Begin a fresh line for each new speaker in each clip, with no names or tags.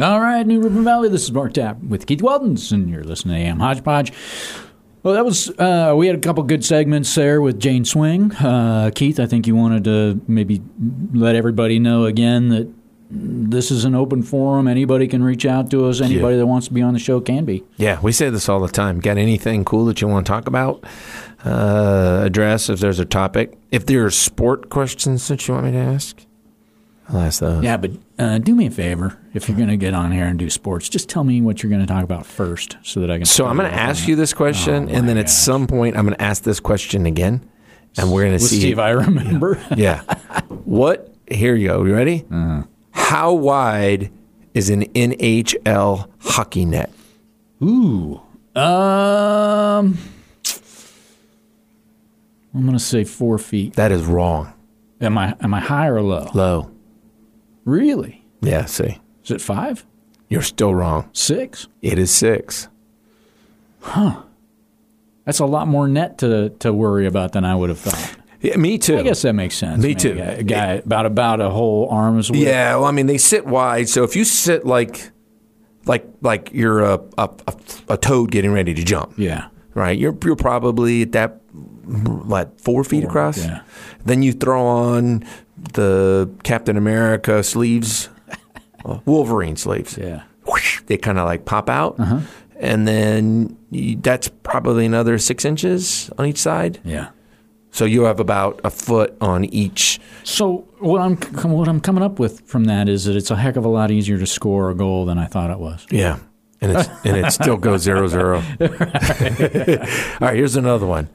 All right, New Ribbon Valley. This is Mark Tapp with Keith Weldons, and you're listening to AM Hodgepodge. Well, that was uh, we had a couple good segments there with Jane Swing. Uh, Keith, I think you wanted to maybe let everybody know again that this is an open forum. Anybody can reach out to us. Anybody
Yeah.
that wants to be on the show can be.
Yeah, we say this all the time. Got anything cool that you want to talk about? Uh, address if there's a topic. If there are sport questions that you want me to ask, I'll ask those.
Yeah, but uh, do me a favor if you're going to get on here and do sports, just tell me what you're going to talk about first, so that I can.
So I'm going to ask you this question,
Oh
and then at some point I'm going to ask this question again, and we're going to
Let's see, if I remember.
yeah. What? Here you go. You ready?
Mm-hmm.
How wide is an NHL hockey net?
Ooh. Um. I'm gonna say four feet.
That is wrong.
Am I am I high or low?
Low.
Really?
Yeah. See,
Is it five?
you're still wrong.
Six?
It is six.
That's a lot more net to, to worry about than I would have thought.
Yeah, me too.
I guess that makes sense.
Me
Maybe
too.
A guy about about a whole arm's width.
Yeah, well, I mean, they sit wide. So if you sit like, like, like you're a a, a, a toad getting ready to jump,
Yeah.
right? You're you're probably at that like four feet across.
yeah.
Then you throw on the Captain America sleeves, uh, Wolverine sleeves.
Yeah. Uh-huh.
Whoosh, they kind of like pop out, and then you, that's probably another six inches on each side.
Yeah.
So you have about a foot on each.
So what I'm what I'm coming up with from that is that it's a heck of a lot easier to score a goal than I thought it was.
Yeah. And it's and it still goes zero zero. All right, here's another one.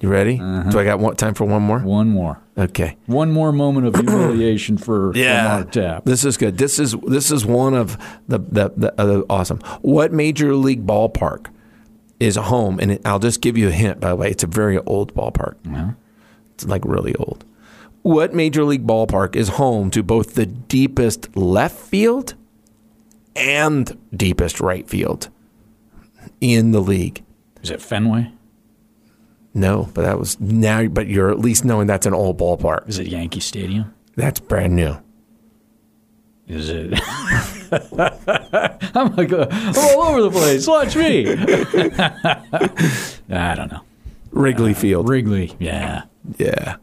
You ready? Do I got one, time for one more?
One more.
Okay.
One more moment of humiliation for, for Mark Tapp.
This is good. This is this is one of the the, the uh, awesome. What major league ballpark is home? And it, I'll just give you a hint. By the way, it's a very old ballpark. It's like really old. What major league ballpark is home to both the deepest left field and deepest right field in the league?
Is it Fenway?
No, but that was now. But you're at least knowing that's an old ballpark.
Is it Yankee Stadium?
That's brand new.
Is it? I'm like uh, I'm all over the place. Watch me. I don't know.
Wrigley Field.
Wrigley. Yeah.
Yeah.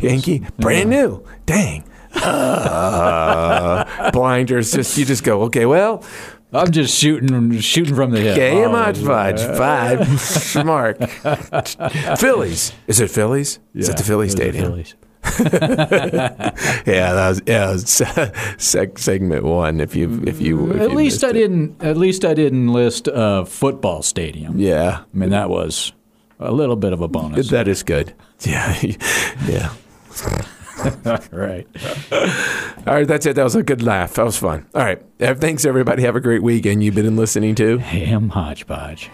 Yankee, brand new. Dang. Uh, blinders. Just you just go. Okay. Well,
I'm just shooting, shooting from the hip.
game
Oh,
on fudge five. Mark. Phillies. Is it Phillies? Is it the Philly
those are
Stadium?
Phillies.
Yeah, that was yeah. that was seg- segment one. If you if you if
At
you
least
missed
I
it.
didn't. At least I didn't list uh, football stadium.
Yeah,
I mean that was a little bit of a bonus.
that is good. Yeah, yeah.
right.
All right, that's it. That was a good laugh. That was fun. All right. Thanks, everybody. Have a great week. And you've been listening to.
Ham hodgepodge.